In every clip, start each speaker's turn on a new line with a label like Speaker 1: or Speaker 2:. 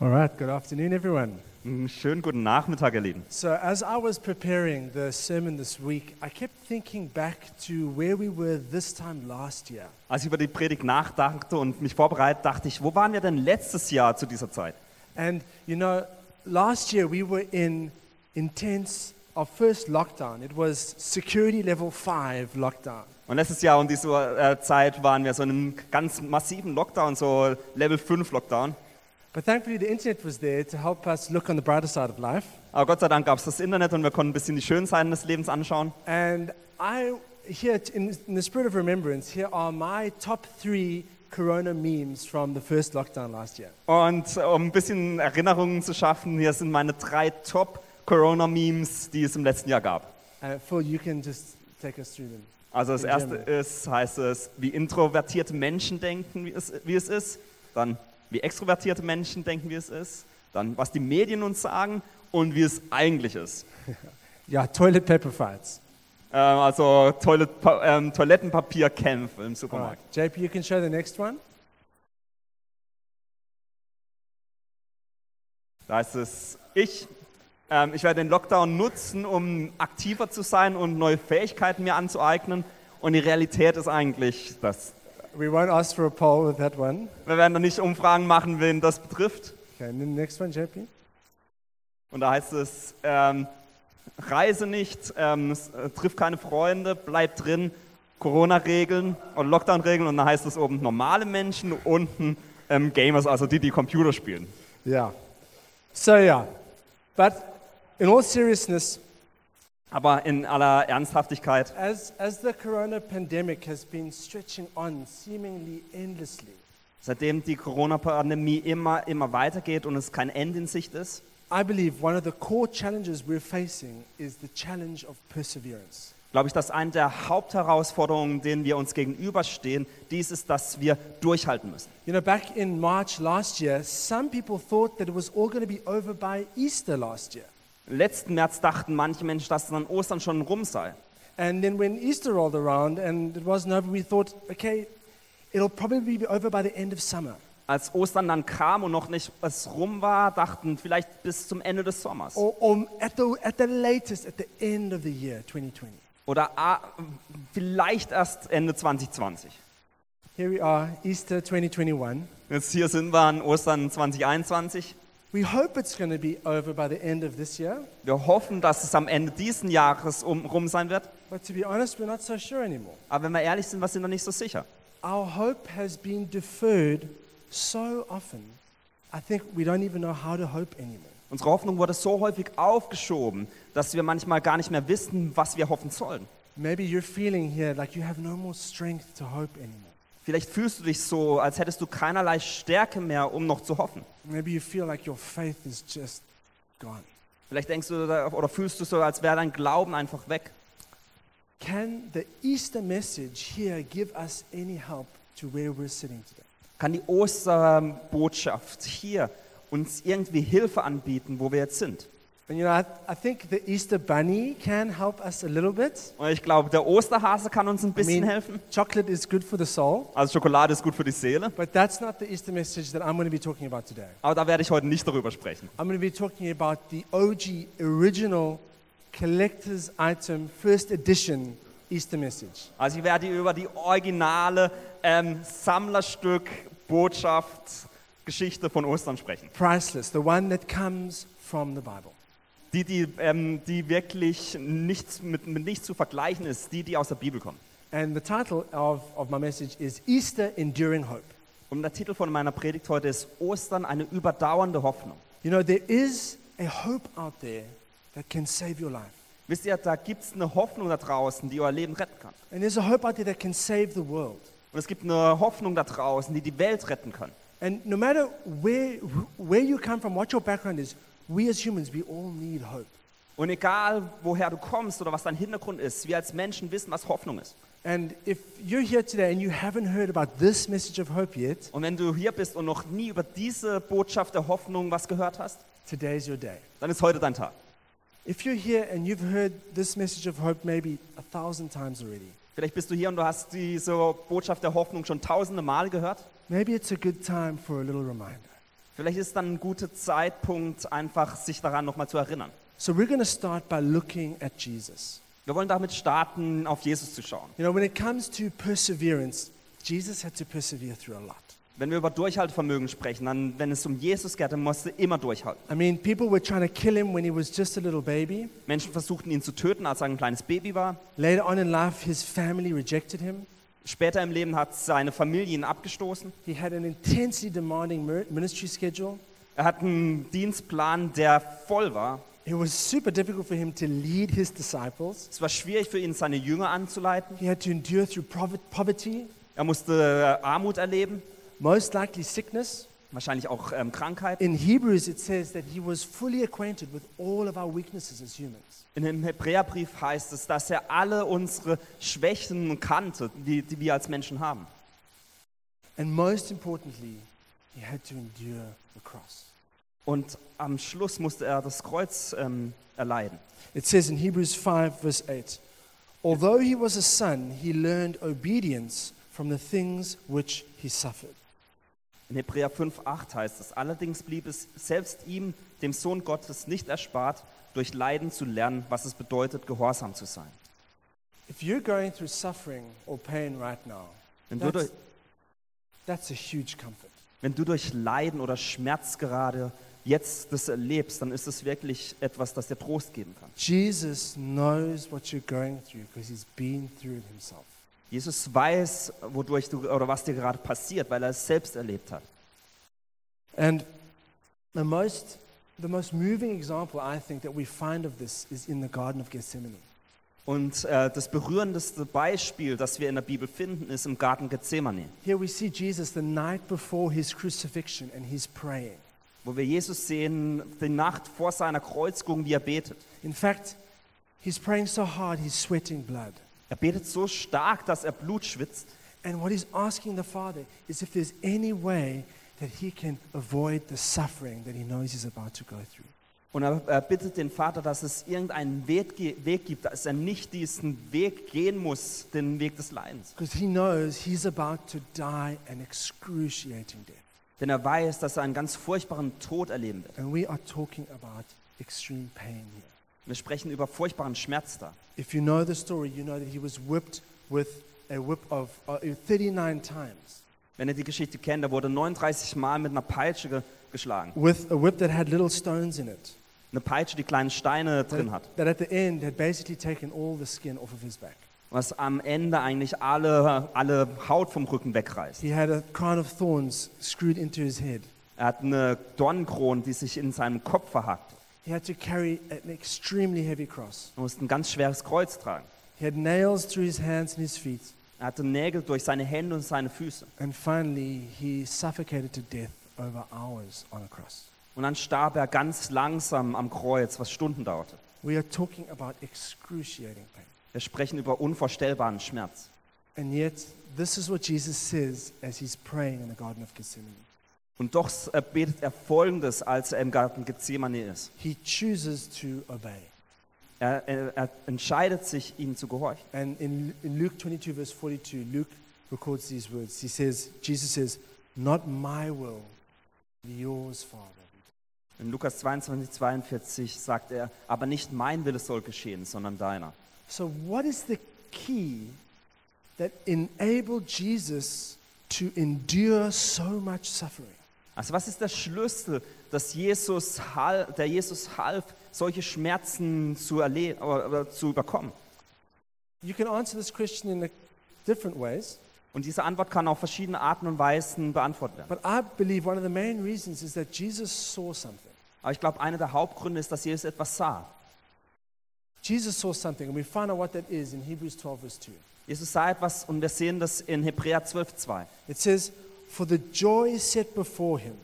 Speaker 1: All right, good afternoon, everyone.
Speaker 2: Einen schönen guten Nachmittag, ihr Lieben.
Speaker 1: So, as I was preparing the sermon this week, I kept thinking back to where we were this time last year.
Speaker 2: Als ich über die Predigt nachdachte und mich vorbereitet, dachte ich, wo waren wir denn letztes Jahr zu dieser Zeit?
Speaker 1: And, you know, last year we were in intense, our first lockdown. It was security level five lockdown.
Speaker 2: Und letztes Jahr um diese äh, Zeit waren wir so in einem ganz massiven Lockdown, so Level 5 Lockdown.
Speaker 1: But thankfully, the internet was there to help us look on the brighter side of life.
Speaker 2: Aber Gott sei Dank gab es das Internet und wir konnten ein bisschen die Schönseiten des Lebens anschauen.
Speaker 1: And I, here t- in, in the spirit of remembrance, here are my top three corona memes from the first lockdown last year.
Speaker 2: Und äh, um ein bisschen Erinnerungen zu schaffen, hier sind meine drei Top-Corona-Memes, die es im letzten Jahr gab.
Speaker 1: Uh, Phil, you can just take us through them.
Speaker 2: Also das
Speaker 1: In
Speaker 2: erste
Speaker 1: German.
Speaker 2: ist, heißt es, wie introvertierte Menschen denken, wie es, wie es ist. Dann, wie extrovertierte Menschen denken, wie es ist. Dann, was die Medien uns sagen und wie es eigentlich ist.
Speaker 1: Yeah, toilet paper fights.
Speaker 2: Ähm, also Toilet, pa- ähm, Toilettenpapierkämpfe im
Speaker 1: All right.
Speaker 2: Supermarkt.
Speaker 1: JP, you can show the next one.
Speaker 2: Da heißt es, ich, ähm, ich werde den Lockdown nutzen, um aktiver zu sein und neue Fähigkeiten mir anzueignen. Und die Realität ist eigentlich, dass
Speaker 1: We won't ask for a poll with that one.
Speaker 2: wir werden da nicht Umfragen machen, wen das betrifft.
Speaker 1: Okay, and then the next one, JP.
Speaker 2: Und da heißt es, ähm, reise nicht, ähm, s- äh, triff keine Freunde, bleib drin, Corona-Regeln und Lockdown-Regeln. Und da heißt es oben normale Menschen, unten ähm, Gamers, also die, die Computer spielen.
Speaker 1: Yeah. So, yeah. But in all seriousness,
Speaker 2: Aber in aller Ernsthaftigkeit,
Speaker 1: as, as the corona pandemic has been stretching on seemingly endlessly,
Speaker 2: seitdem die Corona-Pandemie immer, immer weitergeht und es kein Ende in Sicht ist,
Speaker 1: I believe one of the core challenges we're facing is the challenge of perseverance.
Speaker 2: glaube ich, dass eine der Hauptherausforderungen, denen wir uns gegenüberstehen, dies ist, dass wir durchhalten müssen.
Speaker 1: You know, back in March last year, some people thought that it was all going to be over by Easter last year.
Speaker 2: Letzten März dachten manche Menschen, dass es an Ostern schon rum sei.
Speaker 1: And then when Easter rolled around and it wasn't over, we thought, okay, it'll probably be over by the end of summer.
Speaker 2: als Ostern dann kam und noch nicht was rum war, dachten vielleicht bis zum Ende des Sommers
Speaker 1: Or, or at, the, at the latest, at the end of the year 2020.
Speaker 2: oder ah, vielleicht erst Ende 2020.
Speaker 1: Here we are, Easter 2021.
Speaker 2: Jetzt hier sind wir an Ostern 2021.
Speaker 1: We hope it's going to be over by the end of this year,
Speaker 2: Wir hoffen, dass es am Ende diesen Jahres um, rum sein wird.
Speaker 1: but to be honest, we're not so sure anymore.
Speaker 2: Aber wenn wir ehrlich sind, wir sind wir nicht so sicher.
Speaker 1: Our hope has been deferred so often, I think we don't even know how to hope anymore.
Speaker 2: Unsere Hoffnung wurde so häufig aufgeschoben, dass wir manchmal gar nicht mehr wissen, was wir hoffen sollen.
Speaker 1: Maybe you're feeling here like you have no more strength to hope anymore.
Speaker 2: Vielleicht fühlst du dich so, als hättest du keinerlei Stärke mehr, um noch zu hoffen.
Speaker 1: Maybe you feel like your faith is just gone.
Speaker 2: Vielleicht denkst du da- oder fühlst du so, als wäre dein Glauben einfach weg.
Speaker 1: Can the Easter message here give us any help to where we're sitting today?
Speaker 2: kann die Osterbotschaft hier uns irgendwie Hilfe anbieten, wo wir jetzt sind.
Speaker 1: And you know, I, I think the Easter bunny can help us a little bit.
Speaker 2: Und ich glaube, der Osterhase kann uns ein
Speaker 1: I
Speaker 2: bisschen helfen.
Speaker 1: chocolate is good for the soul,
Speaker 2: Also Schokolade ist gut für die Seele,
Speaker 1: but that's not the Easter message that I'm going to be talking about today.
Speaker 2: aber da werde ich heute nicht darüber sprechen.
Speaker 1: I'm going to be talking about the OG original collector's item first edition Easter message.
Speaker 2: Also ich werde über die originale ähm, Sammlerstück, Botschaft, Geschichte von Ostern sprechen.
Speaker 1: Priceless, the one that comes from the Bible.
Speaker 2: Die, die, ähm, die wirklich nichts mit, mit nichts zu vergleichen ist, die, die aus der Bibel kommen.
Speaker 1: And the title of, of my message is Easter Enduring Hope.
Speaker 2: Und der Titel von meiner Predigt heute ist Ostern, eine überdauernde Hoffnung.
Speaker 1: You know, there is a hope out there that can save your life.
Speaker 2: Wisst ihr, da gibt es eine Hoffnung da draußen, die euer Leben retten kann.
Speaker 1: And there's a hope out there that can save the world.
Speaker 2: Und es gibt eine Hoffnung da draußen, die die Welt retten kann.
Speaker 1: And no matter where, where you come from, what your background is, we as humans, we all need hope.
Speaker 2: Und egal, woher du kommst oder was dein Hintergrund ist, wir als Menschen wissen, was Hoffnung ist.
Speaker 1: And if you're here today and you haven't heard about this message of hope yet,
Speaker 2: Und wenn du hier bist und noch nie über diese Botschaft der Hoffnung was gehört hast,
Speaker 1: today's your day.
Speaker 2: dann ist heute dein Tag.
Speaker 1: If you're here and you've heard this message of hope maybe a thousand times already,
Speaker 2: Vielleicht bist du hier und du hast diese Botschaft der Hoffnung schon tausende Mal gehört.
Speaker 1: maybe it's a good time for a little reminder.
Speaker 2: Vielleicht ist dann ein guter Zeitpunkt, einfach sich daran nochmal zu erinnern.
Speaker 1: So we're going to start by looking at Jesus.
Speaker 2: Wir wollen damit starten, auf Jesus zu schauen.
Speaker 1: You know, when it comes to perseverance, Jesus had to persevere through a lot.
Speaker 2: Wenn wir über Durchhaltevermögen sprechen, dann, wenn es um Jesus geht, dann musste immer durchhalten.
Speaker 1: I mean, people were trying to kill him when he was just a little baby.
Speaker 2: Menschen versuchten ihn zu töten, als er ein kleines Baby war.
Speaker 1: Later on in life, his family rejected him.
Speaker 2: Später im Leben hat seine Familie ihn abgestoßen.
Speaker 1: He had an intensely demanding mer- ministry schedule.
Speaker 2: Er hat einen Dienstplan, der voll war.
Speaker 1: It was super difficult for him to lead his disciples.
Speaker 2: Es war schwierig für ihn, seine Jünger anzuleiten.
Speaker 1: He had to endure through prov- poverty,
Speaker 2: Er musste äh, Armut erleben,
Speaker 1: most likely sickness.
Speaker 2: wahrscheinlich auch ähm, Krankheiten.
Speaker 1: In Hebrews, it says that he was fully acquainted with all of our weaknesses as humans.
Speaker 2: In dem Hebräerbrief heißt es, dass er alle unsere Schwächen kannte, die, die wir als Menschen haben.
Speaker 1: And most importantly, he had to endure the cross.
Speaker 2: Und am Schluss musste er das Kreuz ähm, erleiden.
Speaker 1: It says in Hebrews 5, verse 8 Although he was a son, he learned obedience from the things which he suffered.
Speaker 2: In Hebräer 5,8 heißt es, allerdings blieb es selbst ihm, dem Sohn Gottes, nicht erspart, durch Leiden zu lernen, was es bedeutet, gehorsam zu sein.
Speaker 1: If you're going through suffering or pain right now,
Speaker 2: Wenn du, durch,
Speaker 1: that's, that's a huge comfort.
Speaker 2: wenn du durch Leiden oder Schmerz gerade jetzt das erlebst, dann ist es wirklich etwas, das dir Trost geben kann.
Speaker 1: Jesus knows what you're going through because he's been through it himself.
Speaker 2: Jesus weiß, wodurch du oder was dir gerade passiert, weil er es selbst erlebt hat.
Speaker 1: And the most, the most moving example, I think, that we find of this is in the Garden of Gethsemane.
Speaker 2: Und äh, das berührendeste Beispiel, das wir in der Bibel finden, ist im Garten Gethsemane,
Speaker 1: Here we see Jesus the night before his crucifixion and he's praying.
Speaker 2: wo wir Jesus sehen, die Nacht vor seiner Kreuzigung, wie er betet.
Speaker 1: In fact, he's praying so hard, he's sweating blood.
Speaker 2: Er betet so stark, dass er Blut schwitzt.
Speaker 1: And what he's asking the Father is if there's any way that he can avoid the suffering that he knows he's about to go through.
Speaker 2: Und er, er bittet den Vater, dass es irgendeinen Weg, ge- Weg gibt, dass er nicht diesen Weg gehen muss, den Weg des Leidens.
Speaker 1: Because he knows he's about to die an excruciating death.
Speaker 2: Denn er weiß, dass er einen ganz furchtbaren Tod erleben wird.
Speaker 1: And we are talking about extreme pain here.
Speaker 2: Wir sprechen über furchtbaren Schmerz da.
Speaker 1: If you know the story, you know that he was whipped with a whip of uh, 39 times,
Speaker 2: Wenn ihr die Geschichte kennt, er wurde 39 Mal mit einer Peitsche ge geschlagen.
Speaker 1: with a whip that had little stones in it,
Speaker 2: Eine Peitsche, die kleine Steine drin hat.
Speaker 1: that, that at the end had basically taken all the skin off of his back.
Speaker 2: Was am Ende eigentlich alle, alle Haut vom Rücken wegreißt.
Speaker 1: He had a crown of thorns screwed into his head.
Speaker 2: Er hat eine Dornenkrone, die sich in seinem Kopf verhakt.
Speaker 1: He had to carry an extremely heavy cross.
Speaker 2: Er musste ein ganz schweres Kreuz tragen.
Speaker 1: He had nails through his hands and his feet.
Speaker 2: Er hatte Nägel durch seine Hände und seine Füße.
Speaker 1: And finally, he suffocated to death over hours on a cross.
Speaker 2: Und dann starb er ganz langsam am Kreuz, was Stunden dauerte.
Speaker 1: We are talking about excruciating pain.
Speaker 2: Wir sprechen über unvorstellbaren Schmerz.
Speaker 1: And yet, this is what Jesus says as he's praying in the Garden of Gethsemane.
Speaker 2: Und doch äh, betet er Folgendes, als er im Garten Gethsemane ist.
Speaker 1: He chooses to obey.
Speaker 2: Er, äh, er, er entscheidet sich, ihm zu gehorchen.
Speaker 1: And in, in Luke 22, verse 42, Luke records these words. He says, Jesus says, Not my will, but yours, Father. be done."
Speaker 2: In Lukas 22, 42 sagt er, aber nicht mein Wille soll geschehen, sondern deiner.
Speaker 1: So, what is the key that enabled Jesus to endure so much suffering?
Speaker 2: Also was ist der Schlüssel, dass Jesus, hal- der Jesus half, solche Schmerzen zu, erle- oder- oder zu überkommen?
Speaker 1: You can answer this question in a, different ways,
Speaker 2: Und diese Antwort kann auf verschiedene Arten und Weisen beantwortet werden.
Speaker 1: but I believe one of the main reasons is that Jesus saw something.
Speaker 2: Aber ich glaube, einer der Hauptgründe ist, dass Jesus etwas sah.
Speaker 1: Jesus saw something, and we find out what that is in Hebrews 12, verse 2.
Speaker 2: Jesus sah etwas und wir sehen das in Hebräer 12,2.
Speaker 1: It says, For the joy set before him,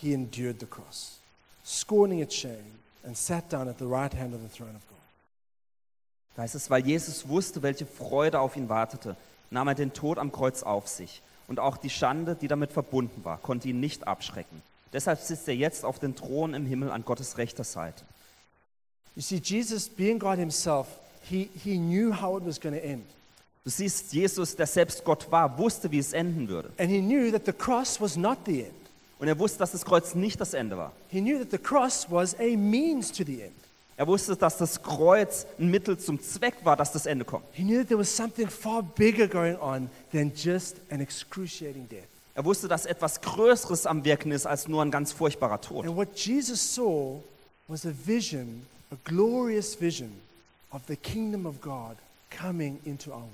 Speaker 1: he endured the cross, scorning its shame, and sat down at the right hand of the throne of God.
Speaker 2: Da heißt es, weil Jesus wusste, welche Freude auf ihn wartete, nahm er den Tod am Kreuz auf sich. Und auch die Schande, die damit verbunden war, konnte ihn nicht abschrecken. Deshalb sitzt er jetzt auf den Thron im Himmel an Gottes rechter Seite.
Speaker 1: You see, Jesus, being God himself, he, he knew how it was going to end.
Speaker 2: Du siehst, Jesus, der selbst Gott war, wusste, wie es enden würde.
Speaker 1: And he knew that the cross was not the end.
Speaker 2: Und er wusste, dass das Kreuz nicht das Ende war.
Speaker 1: He knew that the cross was a means to the end.
Speaker 2: Er wusste, dass das Kreuz ein Mittel zum Zweck war, dass das Ende kommt.
Speaker 1: He knew that there was something far bigger going on than just an excruciating death.
Speaker 2: Er wusste, dass etwas Größeres am Wirken ist als nur ein ganz furchtbarer Tod.
Speaker 1: And what Jesus saw was a vision, a glorious vision of the kingdom of God coming into our world.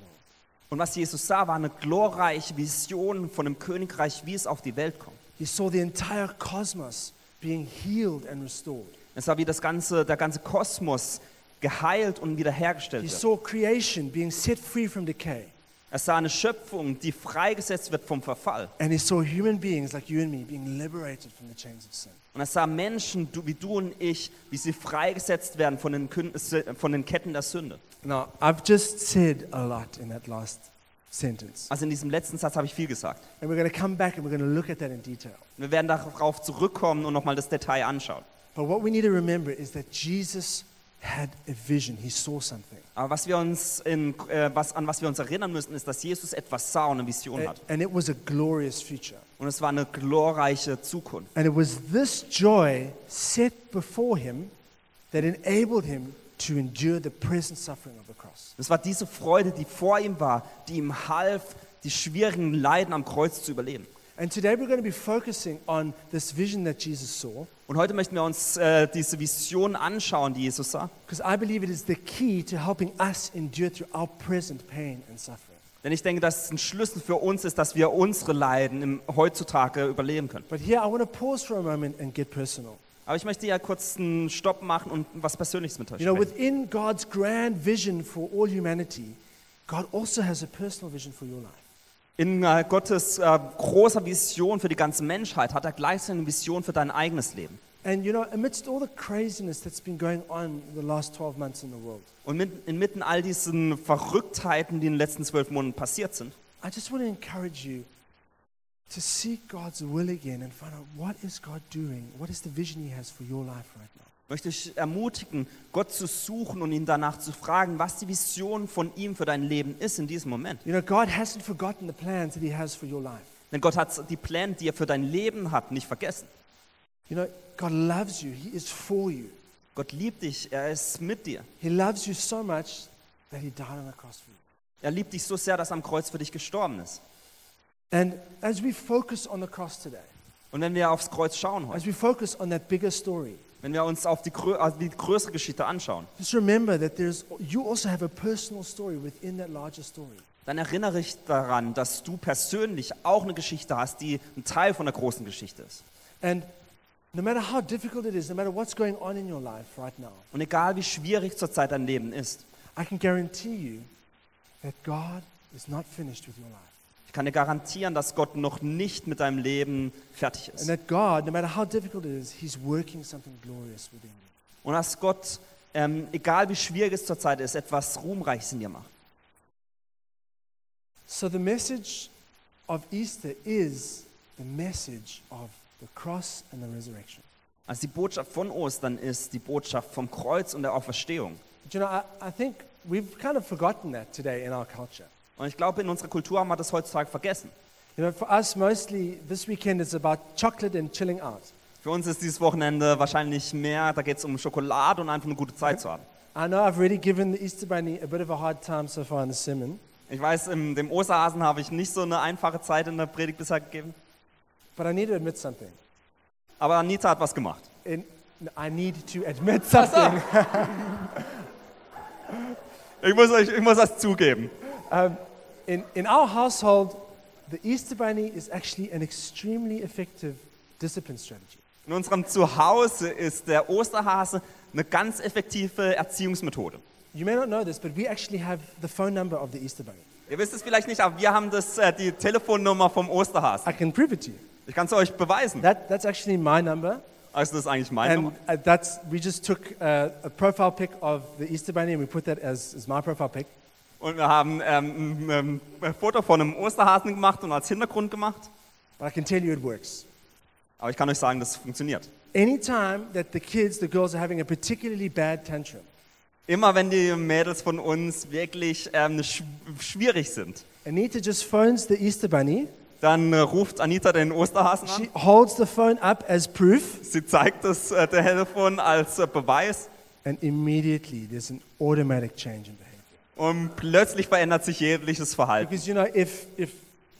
Speaker 2: Und was Jesus sah, war eine glorreiche Vision von dem Königreich, wie es auf die Welt kommt.
Speaker 1: He saw the entire cosmos being healed and restored.
Speaker 2: Er sah, wie das ganze, der ganze Kosmos geheilt und wiederhergestellt
Speaker 1: He
Speaker 2: wird.
Speaker 1: saw creation being set free from decay.
Speaker 2: Er sah eine Schöpfung, die freigesetzt wird vom Verfall.
Speaker 1: And he saw human beings like you and me being liberated from the chains of sin.
Speaker 2: Und er sah Menschen du, wie du und ich, wie sie freigesetzt werden von den, Kün äh, von den Ketten der Sünde.
Speaker 1: Now, I've just said a lot in that last sentence.
Speaker 2: Also in diesem letzten Satz habe ich viel gesagt.
Speaker 1: And we're going to come back and we're going to look at that in detail.
Speaker 2: Wir werden darauf zurückkommen und nochmal das Detail anschauen.
Speaker 1: But what we need to remember is that Jesus had a vision, he saw something.
Speaker 2: Aber was wir uns in, äh, was, an was wir uns erinnern müssen, ist, dass Jesus etwas sah und eine Vision
Speaker 1: And,
Speaker 2: hat.
Speaker 1: and it was a glorious future.
Speaker 2: Und es war eine glorreiche Zukunft.
Speaker 1: And it was this joy set before him that enabled him to endure the present suffering of the cross.
Speaker 2: Es war diese Freude, die vor ihm war, die ihm half, die schwierigen Leiden am Kreuz zu überleben.
Speaker 1: And today we're going to be focusing on this vision that Jesus saw
Speaker 2: Und heute möchten wir uns äh, diese Vision anschauen, die Jesus sah.
Speaker 1: because I believe it is the key to helping us endure through our present pain and suffering.
Speaker 2: Denn ich denke, dass es ein Schlüssel für uns ist, dass wir unsere Leiden im, heutzutage überleben können.
Speaker 1: But here I want to pause for a moment and get personal.
Speaker 2: Aber ich möchte ja kurz einen Stopp machen und was Persönliches mit euch
Speaker 1: You know,
Speaker 2: sprechen.
Speaker 1: within God's grand vision for all humanity, God also has a personal vision for your life.
Speaker 2: In äh, Gottes äh, großer Vision für die ganze Menschheit hat er gleichzeitig eine Vision für dein eigenes Leben.
Speaker 1: And you know, amidst all the craziness that's been going on the last 12 months in the world,
Speaker 2: Und mit, inmitten all diesen Verrücktheiten, die in den letzten zwölf Monaten passiert sind,
Speaker 1: I just want to encourage you to seek God's will again and find out what is God doing? What is the vision he has for your life right now?
Speaker 2: möchte ich ermutigen, Gott zu suchen und ihn danach zu fragen, was die Vision von ihm für dein Leben ist in diesem Moment.
Speaker 1: You know, God hasn't forgotten the plans that he has for your life.
Speaker 2: Denn Gott hat die Pläne, die er für dein Leben hat, nicht vergessen.
Speaker 1: You know, God loves you. He is for you.
Speaker 2: Gott liebt dich, er ist mit dir.
Speaker 1: He loves you so much that he died on the cross for you.
Speaker 2: Er liebt dich so sehr, dass er am Kreuz für dich gestorben ist.
Speaker 1: And as we focus on the cross today,
Speaker 2: Und wenn wir aufs Kreuz schauen heute,
Speaker 1: as we focus on that bigger story,
Speaker 2: wenn wir uns auf die, grö also die größere Geschichte anschauen,
Speaker 1: just remember that there's, you also have a personal story within that larger story.
Speaker 2: dann erinnere ich daran, dass du persönlich auch eine Geschichte hast, die ein Teil von der großen Geschichte ist.
Speaker 1: And no matter how difficult it is, no matter what's going on in your life right now,
Speaker 2: Und egal wie schwierig zurzeit dein Leben ist,
Speaker 1: I can guarantee you that God is not finished with your life.
Speaker 2: ich kann dir garantieren, dass Gott noch nicht mit deinem Leben fertig
Speaker 1: And
Speaker 2: ist.
Speaker 1: that God, no matter how difficult it is, He's working something glorious within you.
Speaker 2: Und dass Gott, ähm, egal wie schwierig es zurzeit ist, etwas Ruhmreiches in dir macht.
Speaker 1: So the message of Easter is the message of the cross and the resurrection.
Speaker 2: Also die Botschaft von Ostern ist die Botschaft vom Kreuz und der Auferstehung.
Speaker 1: But, you know, I, I think we've kind of forgotten that today in our culture.
Speaker 2: Und ich glaube, in unserer Kultur haben wir das heutzutage vergessen.
Speaker 1: You know, for us, mostly this weekend is about chocolate and chilling out.
Speaker 2: Für uns ist dieses Wochenende wahrscheinlich mehr, da geht es um Schokolade und einfach eine gute Zeit zu haben.
Speaker 1: I know I've already given the Easter Bunny a bit of a hard time so far in the sermon,
Speaker 2: Ich weiß, im, dem Osterhasen habe ich nicht so eine einfache Zeit in der Predigt bisher gegeben,
Speaker 1: but I need to admit something.
Speaker 2: aber Anita hat was gemacht.
Speaker 1: And I need to admit something.
Speaker 2: Ich muss, euch, ich muss das zugeben.
Speaker 1: In, in our household, the Easter Bunny is actually an extremely effective discipline strategy.
Speaker 2: In unserem Zuhause ist der Osterhase eine ganz effektive Erziehungsmethode.
Speaker 1: You may not know this, but we actually have the phone number of the Easter Bunny.
Speaker 2: Ihr wisst es vielleicht nicht, aber wir haben das, äh, die Telefonnummer vom Osterhasen.
Speaker 1: I can prove it to you.
Speaker 2: Ich kann es euch beweisen.
Speaker 1: That, that's actually my number.
Speaker 2: Also das ist eigentlich meine Nummer.
Speaker 1: And uh, that's, we just took uh, a profile pic of the Easter Bunny and we put that as, as my profile pic.
Speaker 2: Und wir haben ähm, ein, ähm, ein Foto von einem Osterhasen gemacht und als Hintergrund gemacht.
Speaker 1: But I can tell you it works.
Speaker 2: Aber ich kann euch sagen, das funktioniert.
Speaker 1: Anytime that the kids, the girls, are having a particularly bad tantrum,
Speaker 2: Immer wenn die Mädels von uns wirklich ähm, sch schwierig sind,
Speaker 1: Anita just phones the Easter Bunny
Speaker 2: Dann äh, ruft Anita den Osterhasen an.
Speaker 1: She holds the phone up as proof,
Speaker 2: Sie zeigt das äh, Telefon als äh, Beweis
Speaker 1: and immediately there's an automatic change in behavior.
Speaker 2: und plötzlich verändert sich jegliches Verhalten.
Speaker 1: Because you know, if if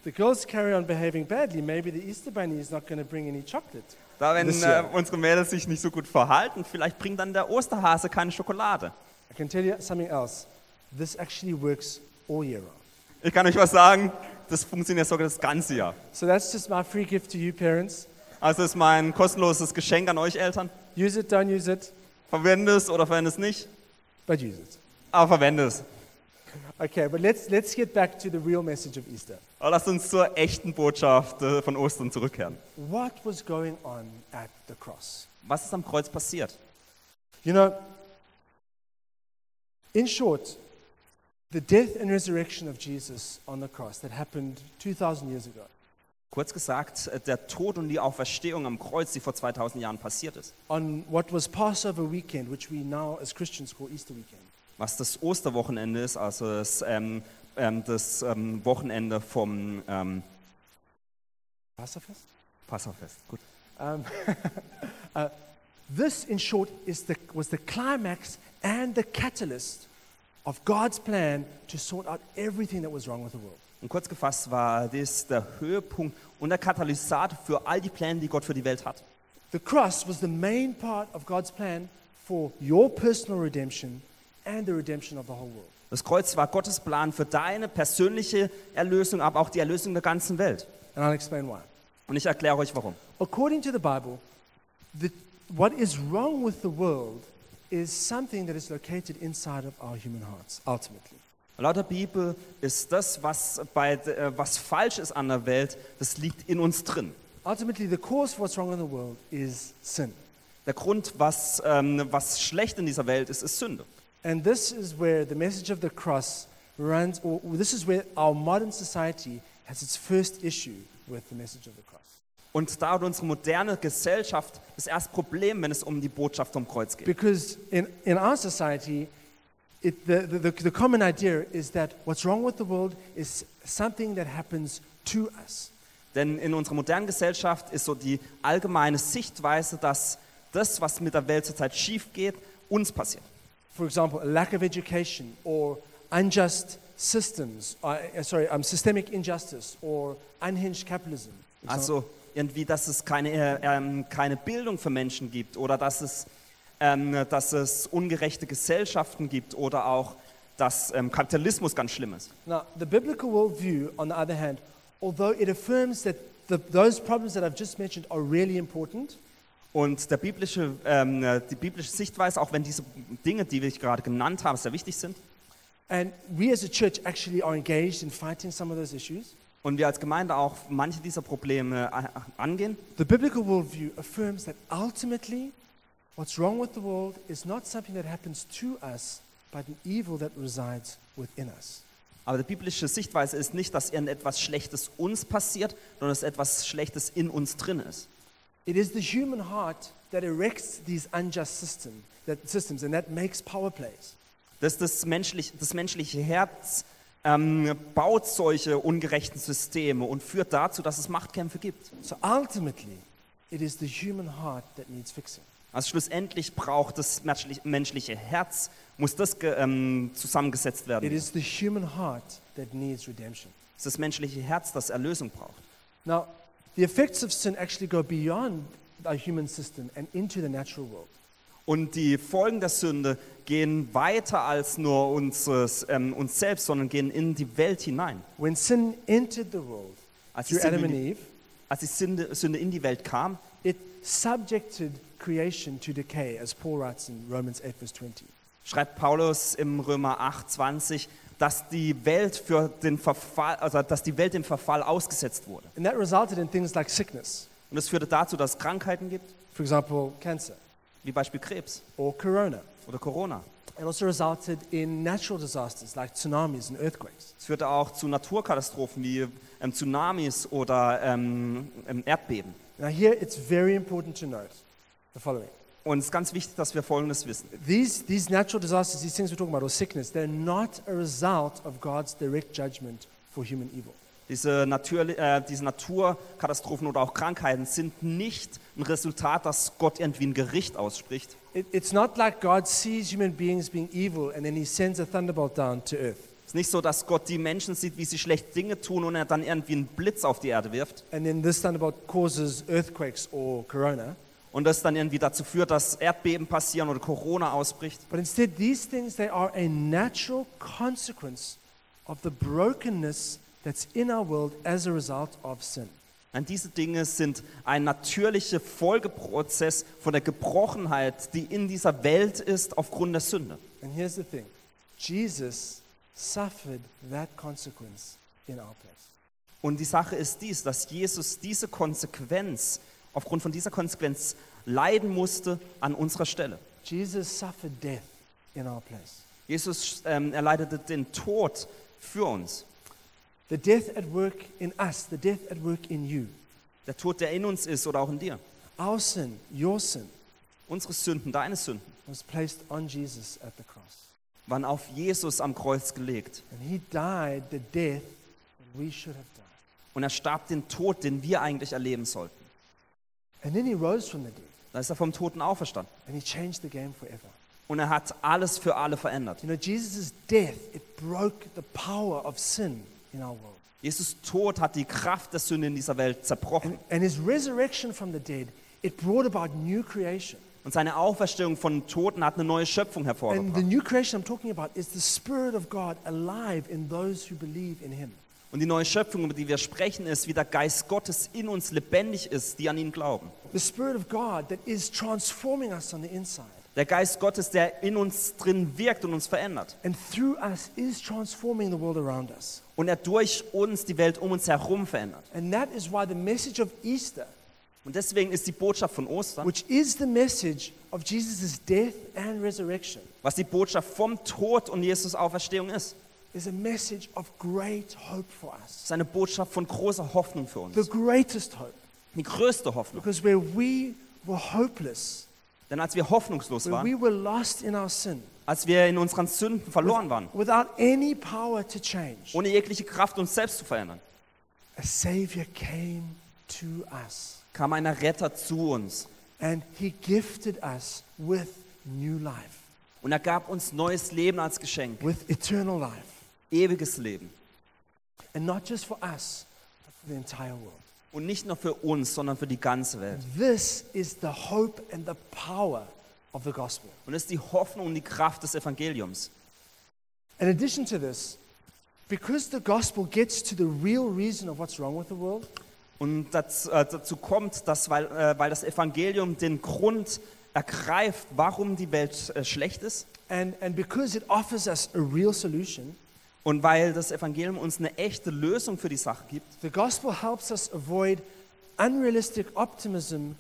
Speaker 1: the girls carry on behaving badly, maybe the Easter Bunny is not going to bring any chocolate.
Speaker 2: Da wenn
Speaker 1: This
Speaker 2: äh,
Speaker 1: year.
Speaker 2: unsere Mädels sich nicht so gut verhalten, vielleicht bringt dann der Osterhase keine Schokolade.
Speaker 1: I can tell you something else. This actually works all year round.
Speaker 2: Ich kann euch was sagen, das funktioniert sogar das ganze Jahr.
Speaker 1: So that's just my free gift to you, parents.
Speaker 2: Also ist mein kostenloses Geschenk an euch Eltern.
Speaker 1: Use it, don't use it,
Speaker 2: Verwende es oder verwende es nicht,
Speaker 1: but use it.
Speaker 2: aber verwende es.
Speaker 1: Okay, but let's let's get back to the real message of Easter.
Speaker 2: Aber lasst uns zur echten Botschaft äh, von Ostern zurückkehren.
Speaker 1: What was going on at the cross?
Speaker 2: Was ist am Kreuz passiert?
Speaker 1: You know, in short, the death and resurrection of Jesus on the cross that happened 2,000 years ago
Speaker 2: Kurz gesagt, äh, der Tod und die Auferstehung am Kreuz, die vor 2000 Jahren passiert ist.
Speaker 1: on what was Passover weekend, which we now as Christians call Easter weekend,
Speaker 2: Was das Osterwochenende ist, also das, ähm, ähm, das ähm, Wochenende vom ähm,
Speaker 1: Passafest.
Speaker 2: Passafest. Gut.
Speaker 1: Um, uh, this, in short, is the, was the climax and the catalyst of God's plan to sort out everything that was wrong with the world.
Speaker 2: Und kurz gefasst war das der Höhepunkt und der Katalysator für all die Pläne, die Gott für die Welt hat.
Speaker 1: The cross was the main part of God's plan for your personal redemption and the redemption of the whole world.
Speaker 2: Das Kreuz war Gottes Plan für deine persönliche Erlösung, aber auch die Erlösung der ganzen Welt.
Speaker 1: And I'll explain why.
Speaker 2: Und ich erkläre euch warum.
Speaker 1: According to the Bible, the, what is wrong with the world is something that is located inside of our human hearts, ultimately.
Speaker 2: Laut der Bibel ist das, was, bei, äh, was falsch ist an der Welt, das liegt in uns drin.
Speaker 1: Ultimately, the cause for what's wrong in the world is sin.
Speaker 2: Der Grund, was, ähm, was schlecht in dieser Welt ist, ist Sünde.
Speaker 1: And this is where the message of the cross runs, or this is where our modern society has its first issue with the message of the cross.
Speaker 2: Und da hat unsere moderne Gesellschaft das erste Problem, wenn es um die Botschaft vom Kreuz geht.
Speaker 1: Because in, in our society, it, the, the, the, the common idea is that what's wrong with the world is something that happens to us.
Speaker 2: Denn in unserer modernen Gesellschaft ist so die allgemeine Sichtweise, dass das, was mit der Welt zurzeit schief geht, uns passiert.
Speaker 1: For example, a lack of education or unjust systems, uh, uh, sorry, um, systemic injustice or unhinged capitalism.
Speaker 2: Also irgendwie, dass es keine, äh, ähm, keine Bildung für Menschen gibt oder dass es, ähm, dass es ungerechte Gesellschaften gibt oder auch, dass ähm, Kapitalismus ganz schlimm ist.
Speaker 1: Now, the biblical worldview, on the other hand, although it affirms that the, those problems that I've just mentioned are really important,
Speaker 2: Und der biblische, ähm, äh, die biblische Sichtweise, auch wenn diese Dinge, die ich gerade genannt habe, sehr wichtig sind,
Speaker 1: and we as a church actually are engaged in fighting some of those issues,
Speaker 2: und wir als Gemeinde auch manche dieser Probleme äh, angehen,
Speaker 1: the biblical worldview affirms that ultimately what's wrong with the world is not something that happens to us, but an evil that resides within us.
Speaker 2: aber die biblische Sichtweise ist nicht, dass irgendetwas Schlechtes uns passiert, sondern dass etwas Schlechtes in uns drin ist.
Speaker 1: It is the human heart that erects these unjust system, that, systems, and that makes power plays.
Speaker 2: dass das menschliche, das menschliche Herz ähm, baut solche ungerechten Systeme und führt dazu, dass es Machtkämpfe gibt.
Speaker 1: So ultimately, it is the human heart that needs fixing.
Speaker 2: Also schlussendlich braucht das menschlich- menschliche Herz, muss das ge, ähm, zusammengesetzt
Speaker 1: It
Speaker 2: werden.
Speaker 1: is the human heart that needs redemption.
Speaker 2: Es ist das menschliche Herz, das Erlösung braucht.
Speaker 1: Now, the effects of sin actually go beyond our human system and into the natural world.
Speaker 2: Und die Folgen der Sünde gehen weiter als nur unseres, ähm, uns selbst, sondern gehen in die Welt hinein.
Speaker 1: When sin entered the world
Speaker 2: Als die
Speaker 1: through Adam
Speaker 2: Sünde, in
Speaker 1: and
Speaker 2: die-
Speaker 1: Eve,
Speaker 2: als die Sünde, Sünde in die Welt kam,
Speaker 1: it subjected creation to decay, as Paul writes in Romans 8, verse 20.
Speaker 2: schreibt Paulus im Römer 8, 20, dass die Welt für den Verfall, also dass die Welt dem Verfall ausgesetzt wurde.
Speaker 1: And that resulted in things like sickness,
Speaker 2: Und das führte dazu, dass es Krankheiten gibt,
Speaker 1: for example, cancer
Speaker 2: wie Beispiel Krebs
Speaker 1: or corona.
Speaker 2: oder Corona.
Speaker 1: It also resulted in natural disasters like tsunamis and earthquakes.
Speaker 2: Es führte auch zu Naturkatastrophen wie ähm, Tsunamis oder ähm, ähm, Erdbeben.
Speaker 1: Now, here it's very important to note the following.
Speaker 2: Und es ist ganz wichtig, dass wir Folgendes wissen.
Speaker 1: These, these natural disasters, these things we're talking about, or sickness, they're not a result of God's direct judgment for human evil.
Speaker 2: Diese, Naturli- äh, diese Naturkatastrophen oder auch Krankheiten sind nicht ein Resultat, dass Gott irgendwie ein Gericht ausspricht.
Speaker 1: It, it's not like God sees human beings being evil and then he sends a thunderbolt down to earth.
Speaker 2: Es ist nicht so, dass Gott die Menschen sieht, wie sie schlecht Dinge tun und er dann irgendwie einen Blitz auf die Erde wirft
Speaker 1: And then this thunderbolt causes earthquakes or corona.
Speaker 2: und das dann irgendwie dazu führt, dass Erdbeben passieren oder Corona ausbricht.
Speaker 1: But instead, these things, they are a natural consequence of the brokenness that's in our world as a result of sin.
Speaker 2: Nein, diese Dinge sind ein natürlicher Folgeprozess von der Gebrochenheit, die in dieser Welt ist aufgrund der Sünde.
Speaker 1: And here's the thing Jesus suffered that consequence in our place.
Speaker 2: Und die Sache ist dies, dass Jesus diese Konsequenz, aufgrund von dieser Konsequenz leiden musste an unserer Stelle.
Speaker 1: Jesus suffered death in our place.
Speaker 2: Jesus ähm, erleidete den Tod für uns.
Speaker 1: The death at work in us, the death at work in you.
Speaker 2: Der Tod, der in uns ist oder auch in dir.
Speaker 1: Our sin, your sin,
Speaker 2: Unsere Sünden, deine Sünden,
Speaker 1: was placed on Jesus at the cross.
Speaker 2: waren auf Jesus am Kreuz gelegt.
Speaker 1: And he died the death that we should have died.
Speaker 2: Und er starb den Tod, den wir eigentlich erleben sollten.
Speaker 1: And then he rose from the dead
Speaker 2: Da ist er vom Toten auferstanden.
Speaker 1: and he changed the game forever.
Speaker 2: Und er hat alles für alle verändert.
Speaker 1: You know, Jesus' death, it broke the power of sin in our world.
Speaker 2: Jesus Tod hat die Kraft der Sünde in dieser Welt zerbrochen.
Speaker 1: And his resurrection from the dead, it brought about new creation.
Speaker 2: Und seine Auferstehung von Toten hat eine neue Schöpfung
Speaker 1: And the
Speaker 2: hervorgebracht.
Speaker 1: new creation I'm talking about is the Spirit of God alive in those who believe in him.
Speaker 2: Und die neue Schöpfung, über die wir sprechen, ist, wie der Geist Gottes in uns lebendig ist, die an ihn glauben.
Speaker 1: The Spirit of God that is transforming us on the inside
Speaker 2: Der Geist Gottes, der in uns drin wirkt und uns verändert.
Speaker 1: and through us is transforming the world around us.
Speaker 2: Und er durch uns die Welt um uns herum verändert.
Speaker 1: And that is why the message of Easter,
Speaker 2: Und deswegen ist die Botschaft von Ostern,
Speaker 1: which is the message of Jesus' death and resurrection,
Speaker 2: was die Botschaft vom Tod und Jesus Auferstehung ist,
Speaker 1: is a message of great hope for us.
Speaker 2: ist eine Botschaft von großer Hoffnung für
Speaker 1: The
Speaker 2: uns.
Speaker 1: greatest hope.
Speaker 2: Die größte Hoffnung.
Speaker 1: Because where we were hopeless,
Speaker 2: Denn als wir hoffnungslos
Speaker 1: where
Speaker 2: waren,
Speaker 1: we were lost in our sin,
Speaker 2: als wir in unseren Sünden verloren waren,
Speaker 1: without any power to change,
Speaker 2: ohne jegliche Kraft uns selbst zu verändern,
Speaker 1: a Savior came to us
Speaker 2: kam ein Retter zu uns
Speaker 1: and He gifted us with new life,
Speaker 2: und er gab uns neues Leben als Geschenk,
Speaker 1: with eternal life.
Speaker 2: ewiges Leben.
Speaker 1: And not just for us, but for the entire world.
Speaker 2: Und nicht nur für uns, sondern für die ganze Welt.
Speaker 1: This is the hope and the power of the gospel.
Speaker 2: Und das ist die Hoffnung und die Kraft des Evangeliums.
Speaker 1: In addition to this, because the gospel gets to the real reason of what's wrong with the world,
Speaker 2: Und dazu, äh, dazu kommt, dass, weil, äh, weil das Evangelium den Grund ergreift, warum die Welt äh, schlecht ist.
Speaker 1: and, and because it offers us a real solution,
Speaker 2: Und weil das Evangelium uns eine echte Lösung für die Sache gibt,
Speaker 1: the gospel helps us avoid unrealistic optimism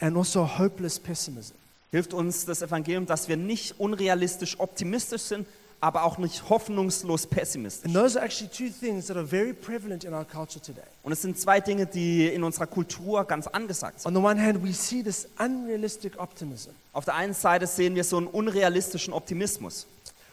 Speaker 1: and also hopeless pessimism.
Speaker 2: hilft uns das Evangelium, dass wir nicht unrealistisch optimistisch sind, aber auch nicht hoffnungslos pessimistisch.
Speaker 1: And those are actually two things that are very prevalent in our culture today.
Speaker 2: Und es sind zwei Dinge, die in unserer Kultur ganz angesagt sind.
Speaker 1: On the one hand, we see this unrealistic optimism.
Speaker 2: Auf der einen Seite sehen wir so einen unrealistischen Optimismus.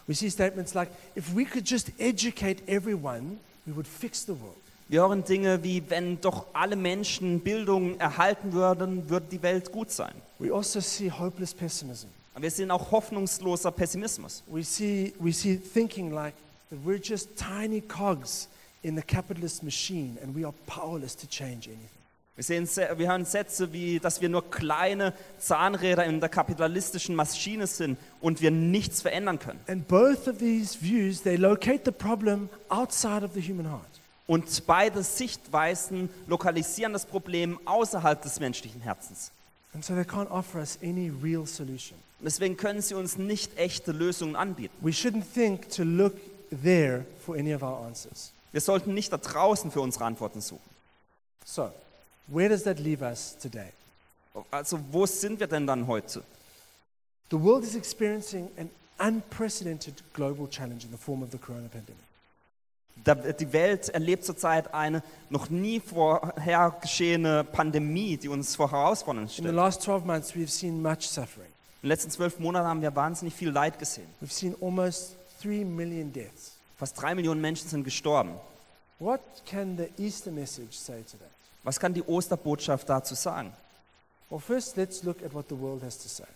Speaker 1: We see statements like, if we could just educate everyone, we would fix the world.
Speaker 2: Wir hören Dinge wie, wenn doch alle Menschen Bildung erhalten würden, würde die Welt gut sein.
Speaker 1: We also see hopeless pessimism.
Speaker 2: Aber wir sehen auch hoffnungsloser Pessimismus.
Speaker 1: We see, we see thinking like that we're just tiny cogs in the capitalist machine and we are powerless to change anything.
Speaker 2: Wir, sehen, Se- wir hören Sätze wie, dass wir nur kleine Zahnräder in der kapitalistischen Maschine sind und wir nichts verändern können.
Speaker 1: And both of these views, they locate the problem outside of the human heart.
Speaker 2: Und beide Sichtweisen lokalisieren das Problem außerhalb des menschlichen Herzens.
Speaker 1: And so they can't offer us any real solution.
Speaker 2: Und deswegen können sie uns nicht echte Lösungen anbieten.
Speaker 1: We shouldn't think to look there for any of our answers.
Speaker 2: Wir sollten nicht da draußen für unsere Antworten suchen.
Speaker 1: So, where does that leave us today?
Speaker 2: Also wo sind wir denn dann heute?
Speaker 1: The world is experiencing an unprecedented global challenge in the form of the corona pandemic.
Speaker 2: Da, die Welt erlebt zurzeit eine noch nie vorher geschehene Pandemie, die uns vor Herausforderungen
Speaker 1: In the
Speaker 2: stellt.
Speaker 1: last 12 months, we've seen much suffering.
Speaker 2: In den letzten zwölf Monaten haben wir wahnsinnig viel Leid gesehen.
Speaker 1: We've seen almost 3 million deaths.
Speaker 2: Fast drei Millionen Menschen sind gestorben.
Speaker 1: What can the Easter message say today?
Speaker 2: Was kann die Osterbotschaft dazu sagen?
Speaker 1: Well, first, let's look at what the world has to say.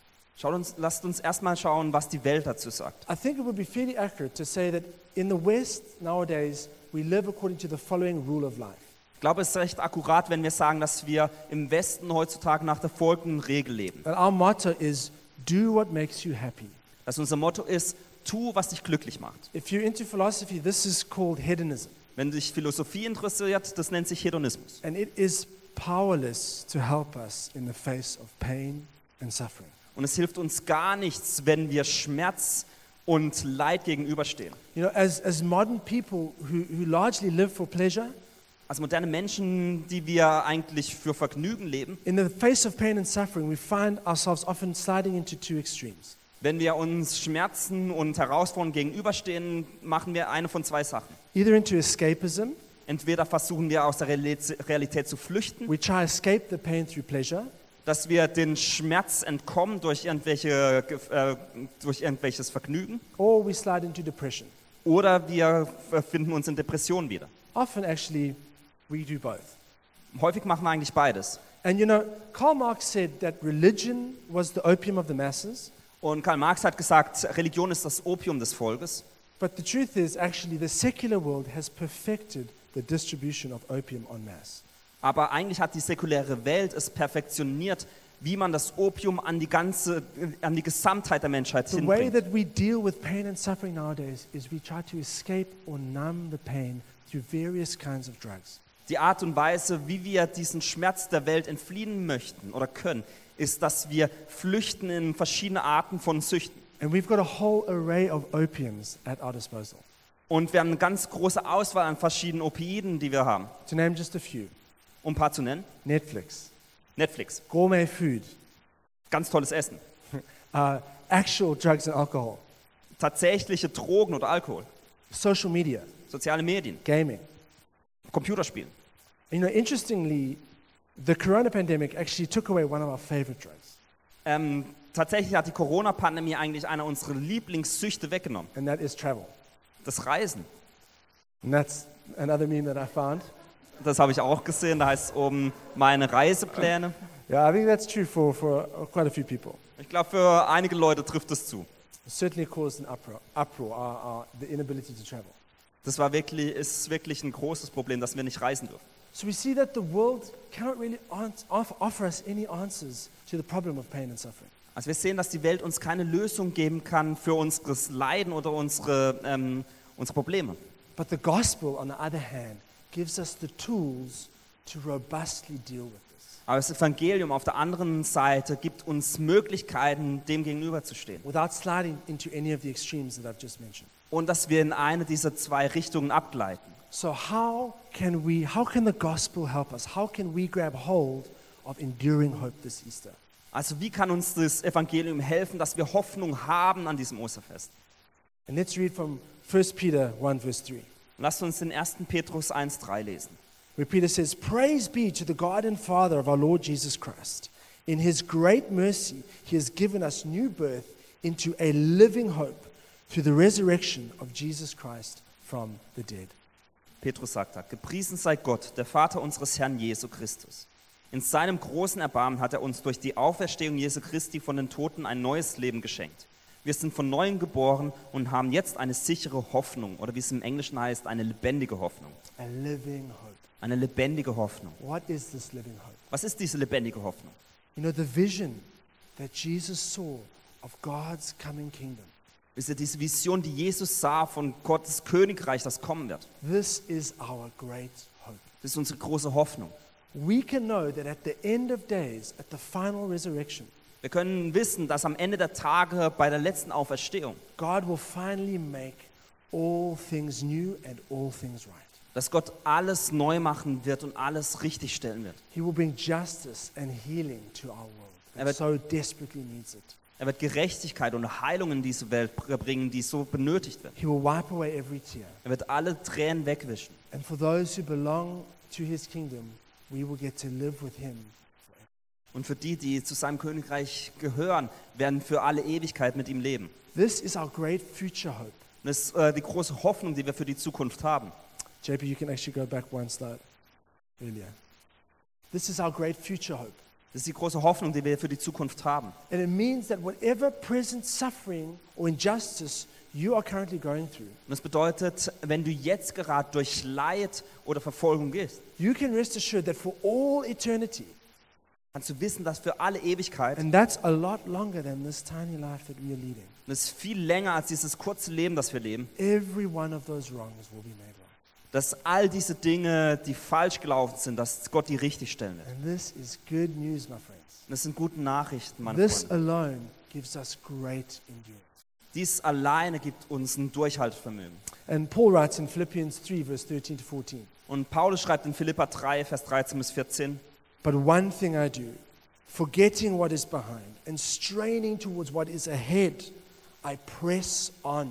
Speaker 2: Schaut uns, lasst uns erstmal schauen, was die Welt dazu sagt.
Speaker 1: I think it would be fairly accurate to say that in the West nowadays, we live according to the following rule of life
Speaker 2: Ich glaube, es ist recht akkurat, wenn wir sagen, dass wir im Westen heutzutage nach der folgenden Regel leben.
Speaker 1: that our motto is do what makes you happy.
Speaker 2: Dass unser Motto ist, tu, was dich glücklich macht.
Speaker 1: If you're into philosophy, this is called hedonism,
Speaker 2: Wenn dich Philosophie interessiert, das nennt sich Hedonismus.
Speaker 1: and it is powerless to help us in the face of pain and suffering.
Speaker 2: Und es hilft uns gar nichts, wenn wir Schmerz und Leid gegenüberstehen.
Speaker 1: You know, as, as modern people who, who largely live for pleasure,
Speaker 2: Als moderne Menschen, die wir eigentlich für Vergnügen leben,
Speaker 1: in the face of pain and suffering, we find ourselves often sliding into two extremes.
Speaker 2: wenn wir uns Schmerzen und Herausforderungen gegenüberstehen, machen wir eine von zwei Sachen.
Speaker 1: Either into escapism,
Speaker 2: Entweder versuchen wir aus der Reali- Realität zu flüchten,
Speaker 1: we try escape the pain through pleasure,
Speaker 2: dass wir den Schmerz entkommen durch, irgendwelche, Ge- äh, durch irgendwelches Vergnügen,
Speaker 1: or we slide into depression.
Speaker 2: oder wir äh, finden uns in Depressionen wieder.
Speaker 1: Often, actually, we do both.
Speaker 2: Häufig machen wir eigentlich beides.
Speaker 1: And you know, Karl Marx said that religion was the opium of the masses,
Speaker 2: Und Karl Marx hat gesagt, Religion ist das Opium des Volkes.
Speaker 1: but the truth is, actually, the secular world has perfected the distribution of opium en masse.
Speaker 2: Aber eigentlich hat die säkuläre Welt es perfektioniert, wie man das Opium an die ganze, an die Gesamtheit der Menschheit
Speaker 1: The way
Speaker 2: hinbringt.
Speaker 1: that we deal with pain and suffering nowadays is we try to escape or numb the pain through various kinds of drugs.
Speaker 2: Die Art und Weise, wie wir diesen Schmerz der Welt entfliehen möchten oder können, ist, dass wir flüchten in verschiedene Arten von Süchten.
Speaker 1: And we've got a whole array of opiums at our disposal.
Speaker 2: Und wir haben eine ganz große Auswahl an verschiedenen Opioiden, die wir haben.
Speaker 1: To name just a few
Speaker 2: Um ein paar zu nennen.
Speaker 1: Netflix,
Speaker 2: Netflix,
Speaker 1: gourmet food,
Speaker 2: ganz tolles Essen.
Speaker 1: uh, actual drugs and alcohol,
Speaker 2: Tatsächliche Drogen oder Alkohol.
Speaker 1: social media,
Speaker 2: Soziale Medien,
Speaker 1: gaming.
Speaker 2: Computerspielen.
Speaker 1: You know, interestingly, the corona pandemic actually took away one of our favorite drugs,
Speaker 2: Ähm, tatsächlich hat die Corona-Pandemie eigentlich eine unserer Lieblingssüchte weggenommen.
Speaker 1: and that is travel.
Speaker 2: Das Reisen.
Speaker 1: And that's another meme that I found.
Speaker 2: Das habe ich auch gesehen. Da heißt es oben meine Reisepläne.
Speaker 1: Yeah, I think that's true for, for uh, quite a few people.
Speaker 2: Ich glaube, für einige Leute trifft es zu.
Speaker 1: It certainly caused an uproar, uproar our, our, the inability to travel.
Speaker 2: Das war wirklich, ist wirklich ein großes Problem, dass wir nicht reisen dürfen.
Speaker 1: So we see that the world cannot really ans- off- offer us any answers to the problem of pain and suffering.
Speaker 2: Also wir sehen, dass die Welt uns keine Lösung geben kann für unseres Leiden oder unsere, ähm, unsere Probleme.
Speaker 1: But the gospel, on the other hand, gives us the tools to robustly deal with this
Speaker 2: Aber das Evangelium auf der anderen Seite gibt uns Möglichkeiten, dem gegenüberzustehen.
Speaker 1: without sliding into any of the extremes that I've just mentioned.
Speaker 2: Und dass wir in eine dieser zwei Richtungen abgleiten.
Speaker 1: So how can we how can the gospel help us? How can we grab hold of enduring hope this Easter?
Speaker 2: Also wie kann uns das Evangelium helfen, dass wir Hoffnung haben an diesem Osterfest?
Speaker 1: And let's read from 1 Peter 1 verse 3.
Speaker 2: Lasst uns den 1. Petrus 1.3 lesen.
Speaker 1: Where Peter says, "Praise be to the God and Father of our Lord Jesus Christ. In his great mercy he has given us new birth into a living hope through the resurrection of Jesus Christ from the dead."
Speaker 2: Petrus sagt da, gepriesen sei Gott, der Vater unseres Herrn Jesu Christus. In seinem großen Erbarmen hat er uns durch die Auferstehung Jesu Christi von den Toten ein neues Leben geschenkt. Wir sind von neuem geboren und haben jetzt eine sichere Hoffnung oder wie es im Englischen heißt, eine lebendige Hoffnung.
Speaker 1: A living hope.
Speaker 2: Eine lebendige Hoffnung.
Speaker 1: What is this living hope?
Speaker 2: Was ist diese lebendige Hoffnung?
Speaker 1: You know the vision that Jesus saw of God's coming kingdom.
Speaker 2: Ist ja diese Vision, die Jesus sah von Gottes Königreich, das kommen wird.
Speaker 1: This is our great hope.
Speaker 2: Das ist unsere große Hoffnung.
Speaker 1: We can know that at the end of days, at the final resurrection,
Speaker 2: Wir können wissen, dass am Ende der Tage bei der letzten Auferstehung
Speaker 1: God will finally make all things new and all things right.
Speaker 2: dass Gott alles neu machen wird und alles richtigstellen wird.
Speaker 1: He will bring justice and healing to our world that
Speaker 2: Aber-
Speaker 1: so desperately needs it.
Speaker 2: Er wird Gerechtigkeit und Heilung in diese Welt br- bringen, die so benötigt wird.
Speaker 1: He will wipe away every tear.
Speaker 2: Er wird alle Tränen wegwischen.
Speaker 1: And for those who belong to his kingdom, we will get to live with him.
Speaker 2: Und für die, die zu seinem Königreich gehören, werden für alle Ewigkeit mit ihm leben.
Speaker 1: This is our great future hope.
Speaker 2: Und das ist äh, die große Hoffnung, die wir für die Zukunft haben.
Speaker 1: JP, you can actually go back one slide earlier. This is our great future hope.
Speaker 2: Das ist die große Hoffnung, die wir für die Zukunft haben.
Speaker 1: And it means that whatever present suffering or injustice you are currently going through,
Speaker 2: Und das bedeutet, wenn du jetzt gerade durch Leid oder Verfolgung gehst,
Speaker 1: you can rest assured that for all eternity,
Speaker 2: kannst du wissen, dass für alle Ewigkeit,
Speaker 1: and that's a lot longer than this tiny life that we are leading,
Speaker 2: das ist viel länger als dieses kurze Leben, das wir leben,
Speaker 1: every one of those wrongs will be made right.
Speaker 2: dass all diese Dinge, die falsch gelaufen sind, dass Gott die richtig stellen wird.
Speaker 1: And this is good news, my friends.
Speaker 2: Und Das sind gute Nachrichten, meine
Speaker 1: This
Speaker 2: Freunde.
Speaker 1: alone gives us great endurance.
Speaker 2: Dies alleine gibt uns ein Durchhaltevermögen.
Speaker 1: And Paul writes in Philippians 3, verse 13 to 14
Speaker 2: Und Paulus schreibt in Philippa 3, Vers 13 bis 14,
Speaker 1: But one thing I do, forgetting what is behind and straining towards what is ahead, I press on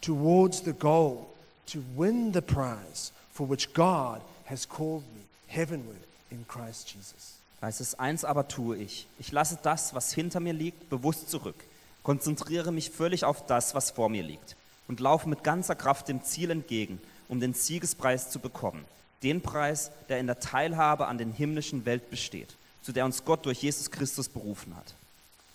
Speaker 1: towards the goal to win the prize for which God has called me heavenward in Christ Jesus.
Speaker 2: Da heißt es, eins aber tue ich. Ich lasse das, was hinter mir liegt, bewusst zurück, konzentriere mich völlig auf das, was vor mir liegt und laufe mit ganzer Kraft dem Ziel entgegen, um den Siegespreis zu bekommen. Den Preis, der in der Teilhabe an den himmlischen Welt besteht, zu der uns Gott durch Jesus Christus berufen hat.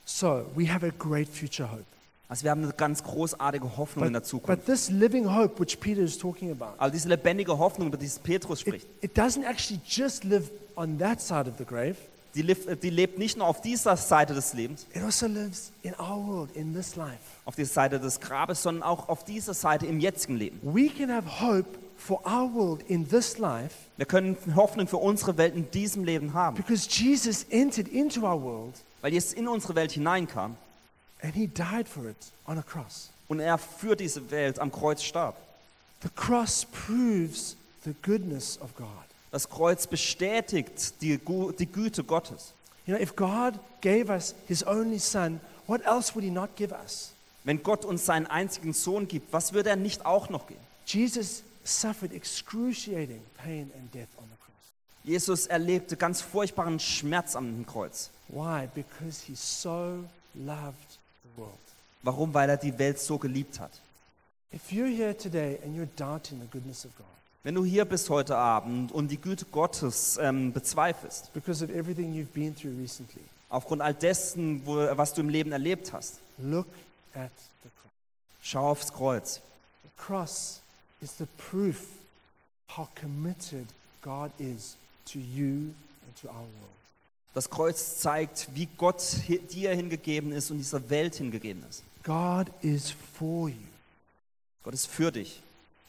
Speaker 1: So we have a great future hope.
Speaker 2: Also wir haben eine ganz großartige Hoffnung in der
Speaker 1: But, but
Speaker 2: Zukunft.
Speaker 1: this living hope, which Peter is talking about,
Speaker 2: Also diese lebendige Hoffnung, über die es Petrus
Speaker 1: it,
Speaker 2: spricht,
Speaker 1: it doesn't actually just live on that side of the grave,
Speaker 2: die, lief- die lebt nicht nur auf dieser Seite des Lebens,
Speaker 1: it also lives in our world, in this life.
Speaker 2: auf dieser Seite des Grabes, sondern auch auf dieser Seite im jetzigen Leben.
Speaker 1: we can have hope for our world in this life
Speaker 2: Wir können Hoffnung für unsere Welt in diesem Leben haben,
Speaker 1: because Jesus entered into our world
Speaker 2: weil Jesus in unsere Welt hineinkam
Speaker 1: and he died for it on a cross.
Speaker 2: und er für diese Welt am Kreuz starb.
Speaker 1: The cross proves the goodness of God.
Speaker 2: Das Kreuz bestätigt die, Gu- die Güte Gottes.
Speaker 1: You know, if God gave us his only son, what else would he not give us?
Speaker 2: Wenn Gott uns seinen einzigen Sohn gibt, was würde er nicht auch noch geben?
Speaker 1: Jesus suffered excruciating pain and death on the cross.
Speaker 2: Jesus erlebte ganz furchtbaren Schmerz am Kreuz.
Speaker 1: Why? Because he so loved the world.
Speaker 2: Warum? Weil er die Welt so geliebt hat.
Speaker 1: If you're here today and you're doubting the goodness of God
Speaker 2: Wenn du hier bist heute Abend und die Güte Gottes ähm, bezweifelst,
Speaker 1: because of everything you've been through recently,
Speaker 2: aufgrund all dessen, wo, was du im Leben erlebt hast,
Speaker 1: Look at the cross.
Speaker 2: schau aufs Kreuz.
Speaker 1: The cross is the proof how committed God is to you and to our world.
Speaker 2: Das Kreuz zeigt, wie Gott hi- dir hingegeben ist und dieser Welt hingegeben ist.
Speaker 1: God is for you.
Speaker 2: Gott ist für dich.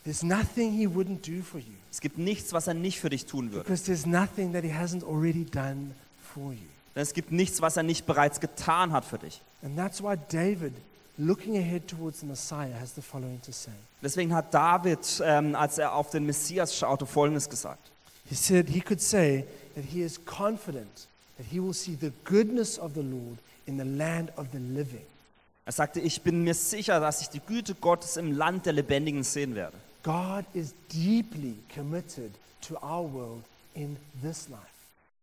Speaker 1: There's nothing He wouldn't do for you
Speaker 2: Es gibt nichts, was er nicht für dich tun würde.
Speaker 1: because there's nothing that He hasn't already done for you.
Speaker 2: Denn es gibt nichts, was er nicht bereits getan hat für dich.
Speaker 1: And that's why David, looking ahead towards the Messiah, has the following to say.
Speaker 2: Deswegen hat David, ähm, als er auf den Messias schaute, Folgendes gesagt.
Speaker 1: He said he could say that he is confident that he will see the goodness of the Lord in the land of the living.
Speaker 2: Er sagte, ich bin mir sicher, dass ich die Güte Gottes im Land der Lebendigen sehen werde.
Speaker 1: God is deeply committed to our world in this life.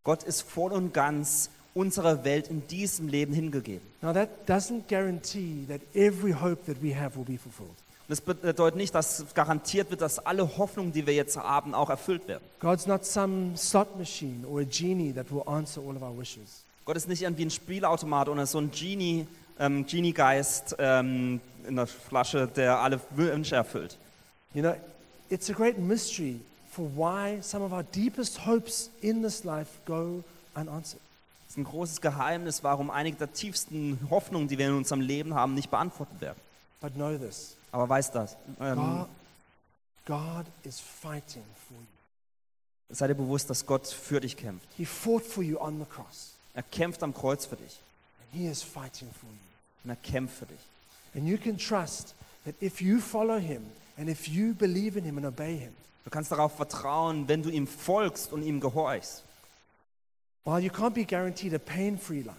Speaker 2: Gott ist voll und ganz unserer Welt in diesem Leben hingegeben.
Speaker 1: Now, that doesn't guarantee that every hope that we have will be fulfilled.
Speaker 2: Und Das bedeutet nicht, dass garantiert wird, dass alle Hoffnungen, die wir jetzt haben, auch erfüllt werden.
Speaker 1: God's not some slot machine or a genie that will answer all of our wishes.
Speaker 2: Gott ist nicht irgendwie ein Spielautomat oder so ein Genie, ähm, Genie-Geist ähm, in der Flasche, der alle Wünsche erfüllt.
Speaker 1: You know, it's a great mystery for why some of our deepest hopes in this life go unanswered.
Speaker 2: Es ist ein großes Geheimnis, warum einige der tiefsten Hoffnungen, die wir in unserem Leben haben, nicht beantwortet werden.
Speaker 1: But know this
Speaker 2: Aber weiß das. Ähm,
Speaker 1: God, God is fighting for you.
Speaker 2: sei dir bewusst, dass Gott für dich kämpft.
Speaker 1: He fought for you on the cross,
Speaker 2: Er kämpft am Kreuz für dich.
Speaker 1: and He is fighting for you.
Speaker 2: Und er kämpft für dich.
Speaker 1: And you can trust that if you follow him and if you believe in him and obey him,
Speaker 2: Du kannst darauf vertrauen, wenn du ihm folgst und ihm gehorchst.
Speaker 1: while you can't be guaranteed a pain free life,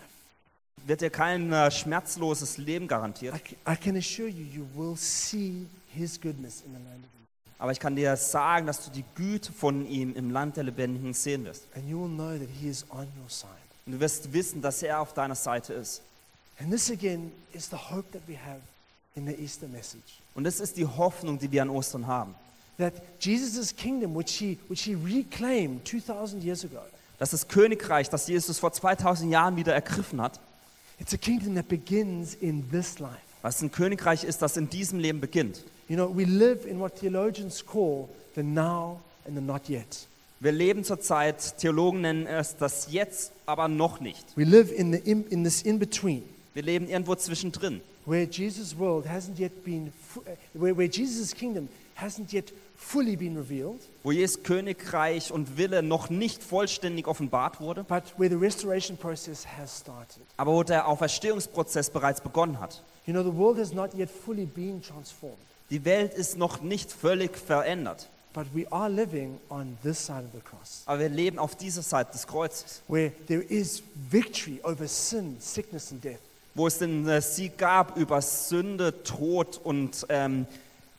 Speaker 2: wird dir kein äh, schmerzloses Leben garantiert,
Speaker 1: I, c- I can assure you, you will see his goodness in the land of Israel.
Speaker 2: aber ich kann dir sagen, dass du die Güte von ihm im Land der Lebendigen sehen wirst.
Speaker 1: And you will know that he is on your side.
Speaker 2: Und du wirst wissen, dass er auf deiner Seite ist.
Speaker 1: And this again is the hope that we have in the Easter message
Speaker 2: Und das ist die Hoffnung, die wir an Ostern haben.
Speaker 1: that Jesus' kingdom, which he, which he reclaimed 2,000 years ago,
Speaker 2: Das ist Königreich, das Jesus vor 2000 Jahren wieder ergriffen hat.
Speaker 1: it's a kingdom that begins in this life.
Speaker 2: Was ein Königreich ist, das in diesem Leben beginnt.
Speaker 1: You know, we live in what theologians call the now and the not yet.
Speaker 2: Wir leben zurzeit, Theologen nennen es das Jetzt, aber noch nicht.
Speaker 1: We live in, the in, in this in between
Speaker 2: Wir leben irgendwo zwischendrin,
Speaker 1: where Jesus' world hasn't yet been, fu- uh, where, where Jesus' kingdom hasn't yet fully been revealed,
Speaker 2: wo Jesu Königreich und Wille noch nicht vollständig offenbart wurde,
Speaker 1: but where the restoration process has started.
Speaker 2: aber wo der Auferstehungsprozess bereits begonnen hat.
Speaker 1: You know, the world has not yet fully been transformed,
Speaker 2: Die Welt ist noch nicht völlig verändert,
Speaker 1: but we are living on this side of the cross.
Speaker 2: aber wir leben auf dieser Seite des Kreuzes,
Speaker 1: where there is victory over sin, sickness, and death.
Speaker 2: wo es den äh, Sieg gab über Sünde, Tod und, ähm,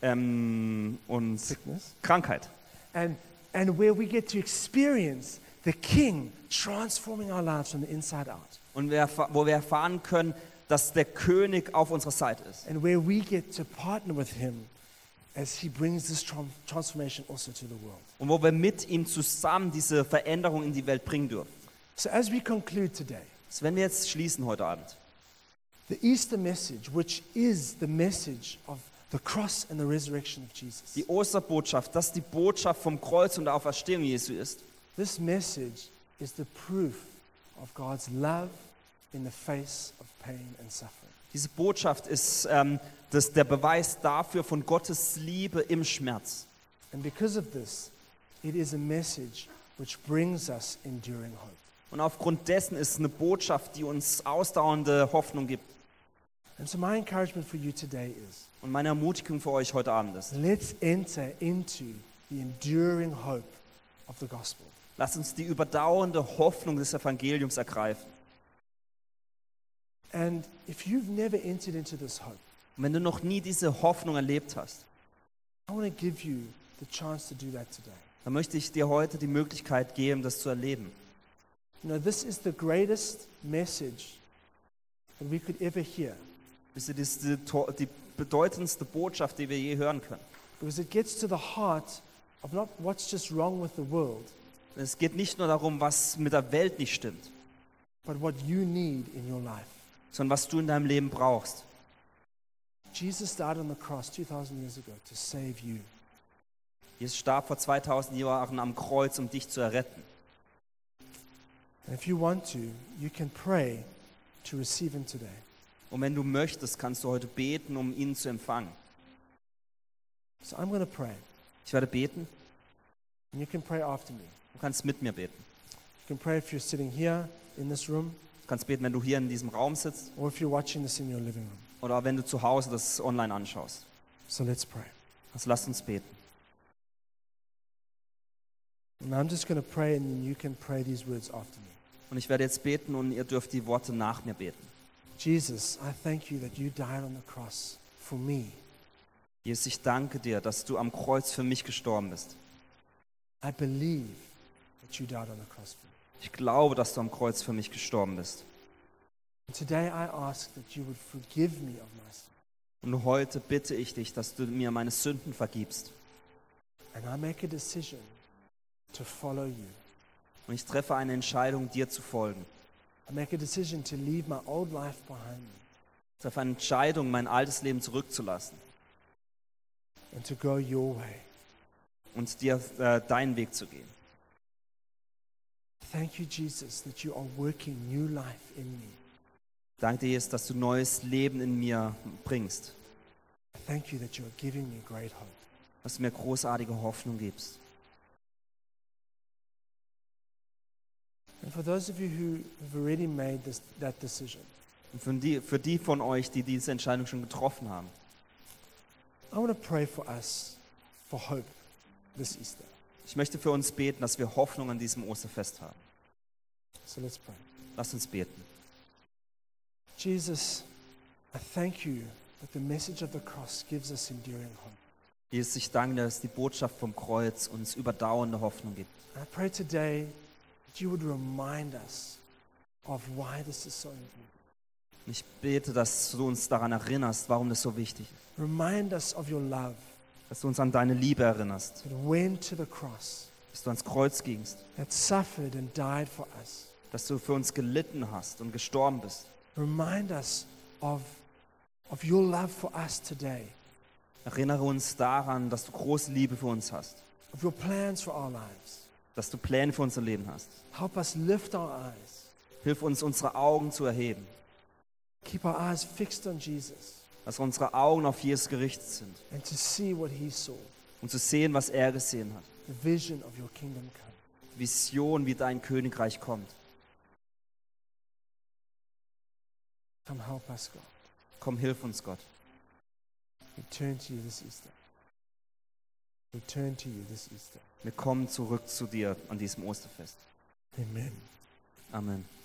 Speaker 2: ähm, und
Speaker 1: Sickness.
Speaker 2: Krankheit.
Speaker 1: And, and where we get to experience the King transforming our lives from the inside out.
Speaker 2: Und wir, erfa- wo wir erfahren können, dass der König auf unserer Seite ist.
Speaker 1: And where we get to partner with Him as He brings this tran- transformation also to the world.
Speaker 2: und wo wir mit ihm zusammen diese Veränderung in die Welt bringen dürfen.
Speaker 1: So, as we conclude today,
Speaker 2: Das werden wir jetzt schließen heute Abend.
Speaker 1: the Easter message, which is the message of the cross and the resurrection of Jesus,
Speaker 2: Die Osterbotschaft, dass die Botschaft vom Kreuz und der Auferstehung Jesu ist.
Speaker 1: this message is the proof of God's love in the face of pain and suffering.
Speaker 2: Diese Botschaft ist ähm, das, der Beweis dafür von Gottes Liebe im Schmerz.
Speaker 1: And because of this, it is a message which brings us enduring hope.
Speaker 2: Und aufgrund dessen ist eine Botschaft, die uns ausdauernde Hoffnung gibt.
Speaker 1: And so, my encouragement for you today is
Speaker 2: Und meine Ermutigung für euch heute Abend ist,
Speaker 1: let's enter into the enduring hope of the gospel.
Speaker 2: lasst uns die überdauernde Hoffnung des Evangeliums ergreifen.
Speaker 1: And if you've never entered into this hope,
Speaker 2: Und wenn du noch nie diese Hoffnung erlebt hast,
Speaker 1: I want to give you the chance to do that today.
Speaker 2: dann möchte ich dir heute die Möglichkeit geben, das zu erleben.
Speaker 1: You know, this is the greatest message that we could ever hear
Speaker 2: Das ist die, die, die bedeutendste Botschaft, die wir je hören können.
Speaker 1: because it gets to the heart of not what's just wrong with the world,
Speaker 2: Es geht nicht nur darum, was mit der Welt nicht stimmt,
Speaker 1: but what you need in your life.
Speaker 2: sondern was du in deinem Leben brauchst.
Speaker 1: Jesus died on the cross 2,000 years ago to save you.
Speaker 2: Jesus starb vor 2000 Jahren am Kreuz, um dich zu erretten.
Speaker 1: And if you want to, you can pray to receive Him today.
Speaker 2: Und wenn du möchtest, kannst du heute beten, um ihn zu empfangen.
Speaker 1: So I'm going to pray,
Speaker 2: Ich werde beten,
Speaker 1: and you can pray after me. You
Speaker 2: du kannst mit mir beten.
Speaker 1: can pray if you're sitting here in this room,
Speaker 2: Du kannst beten, wenn du hier in diesem Raum sitzt
Speaker 1: or if you're watching this in your living room.
Speaker 2: oder wenn du zu Hause das online anschaust.
Speaker 1: So let's pray.
Speaker 2: Also lasst uns beten.
Speaker 1: And I'm just going to pray, and then you can pray these words after me.
Speaker 2: Und ich werde jetzt beten und ihr dürft die Worte nach mir beten.
Speaker 1: Jesus, I thank you that you died on the cross for me.
Speaker 2: Jesus, ich danke dir, dass du am Kreuz für mich gestorben bist.
Speaker 1: I believe that you died on the cross for me.
Speaker 2: Ich glaube, dass du am Kreuz für mich gestorben bist.
Speaker 1: And today I ask that you would forgive me of my sin.
Speaker 2: Und heute bitte ich dich, dass du mir meine Sünden vergibst.
Speaker 1: and I make a decision to follow you.
Speaker 2: Und ich treffe eine Entscheidung, dir zu folgen.
Speaker 1: I make a decision to leave my old life behind me
Speaker 2: Ich treffe eine Entscheidung, mein altes Leben zurückzulassen
Speaker 1: and to go your way.
Speaker 2: und dir äh, deinen Weg zu gehen.
Speaker 1: Thank you, Jesus, that you are working new life in me.
Speaker 2: Danke dir, Jesus, dass du neues Leben in mir bringst,
Speaker 1: Thank you that you are giving me great hope.
Speaker 2: dass du mir großartige Hoffnung gibst.
Speaker 1: And for those of you who have already made this, that decision,
Speaker 2: Und für die, für die von euch, die diese Entscheidung schon getroffen haben,
Speaker 1: I want to pray for us for hope this Easter.
Speaker 2: ich möchte für uns beten, dass wir Hoffnung an diesem Osterfest haben.
Speaker 1: So let's pray.
Speaker 2: Lass uns beten.
Speaker 1: Jesus, I thank you that the message of the cross gives us enduring hope.
Speaker 2: Jesus, ich danke dir, dass die Botschaft vom Kreuz uns überdauernde Hoffnung gibt.
Speaker 1: And I pray today that you would remind us of why this is so important.
Speaker 2: Und ich bete, dass du uns daran erinnerst, warum das so wichtig ist.
Speaker 1: Remind us of your love.
Speaker 2: dass du uns an deine Liebe erinnerst,
Speaker 1: that went to the cross,
Speaker 2: dass du ans Kreuz gingst,
Speaker 1: that suffered and died for us.
Speaker 2: dass du für uns gelitten hast und gestorben bist.
Speaker 1: Remind us of, of your love for us today,
Speaker 2: Erinnere uns daran, dass du große Liebe für uns hast,
Speaker 1: of your plans for our lives.
Speaker 2: dass du Pläne für unser Leben hast.
Speaker 1: Help us lift our eyes,
Speaker 2: Hilf uns, unsere Augen zu erheben,
Speaker 1: keep our eyes fixed on Jesus,
Speaker 2: dass unsere Augen auf Jesus gerichtet sind
Speaker 1: and to see what he saw
Speaker 2: und zu sehen, was er gesehen hat.
Speaker 1: the vision of your kingdom come.
Speaker 2: Vision, wie dein Königreich kommt.
Speaker 1: Come help us, God.
Speaker 2: Komm, hilf uns, Gott.
Speaker 1: We turn to you this Easter. We turn to you this Easter.
Speaker 2: Wir kommen zurück zu dir an diesem Osterfest.
Speaker 1: Amen.
Speaker 2: Amen.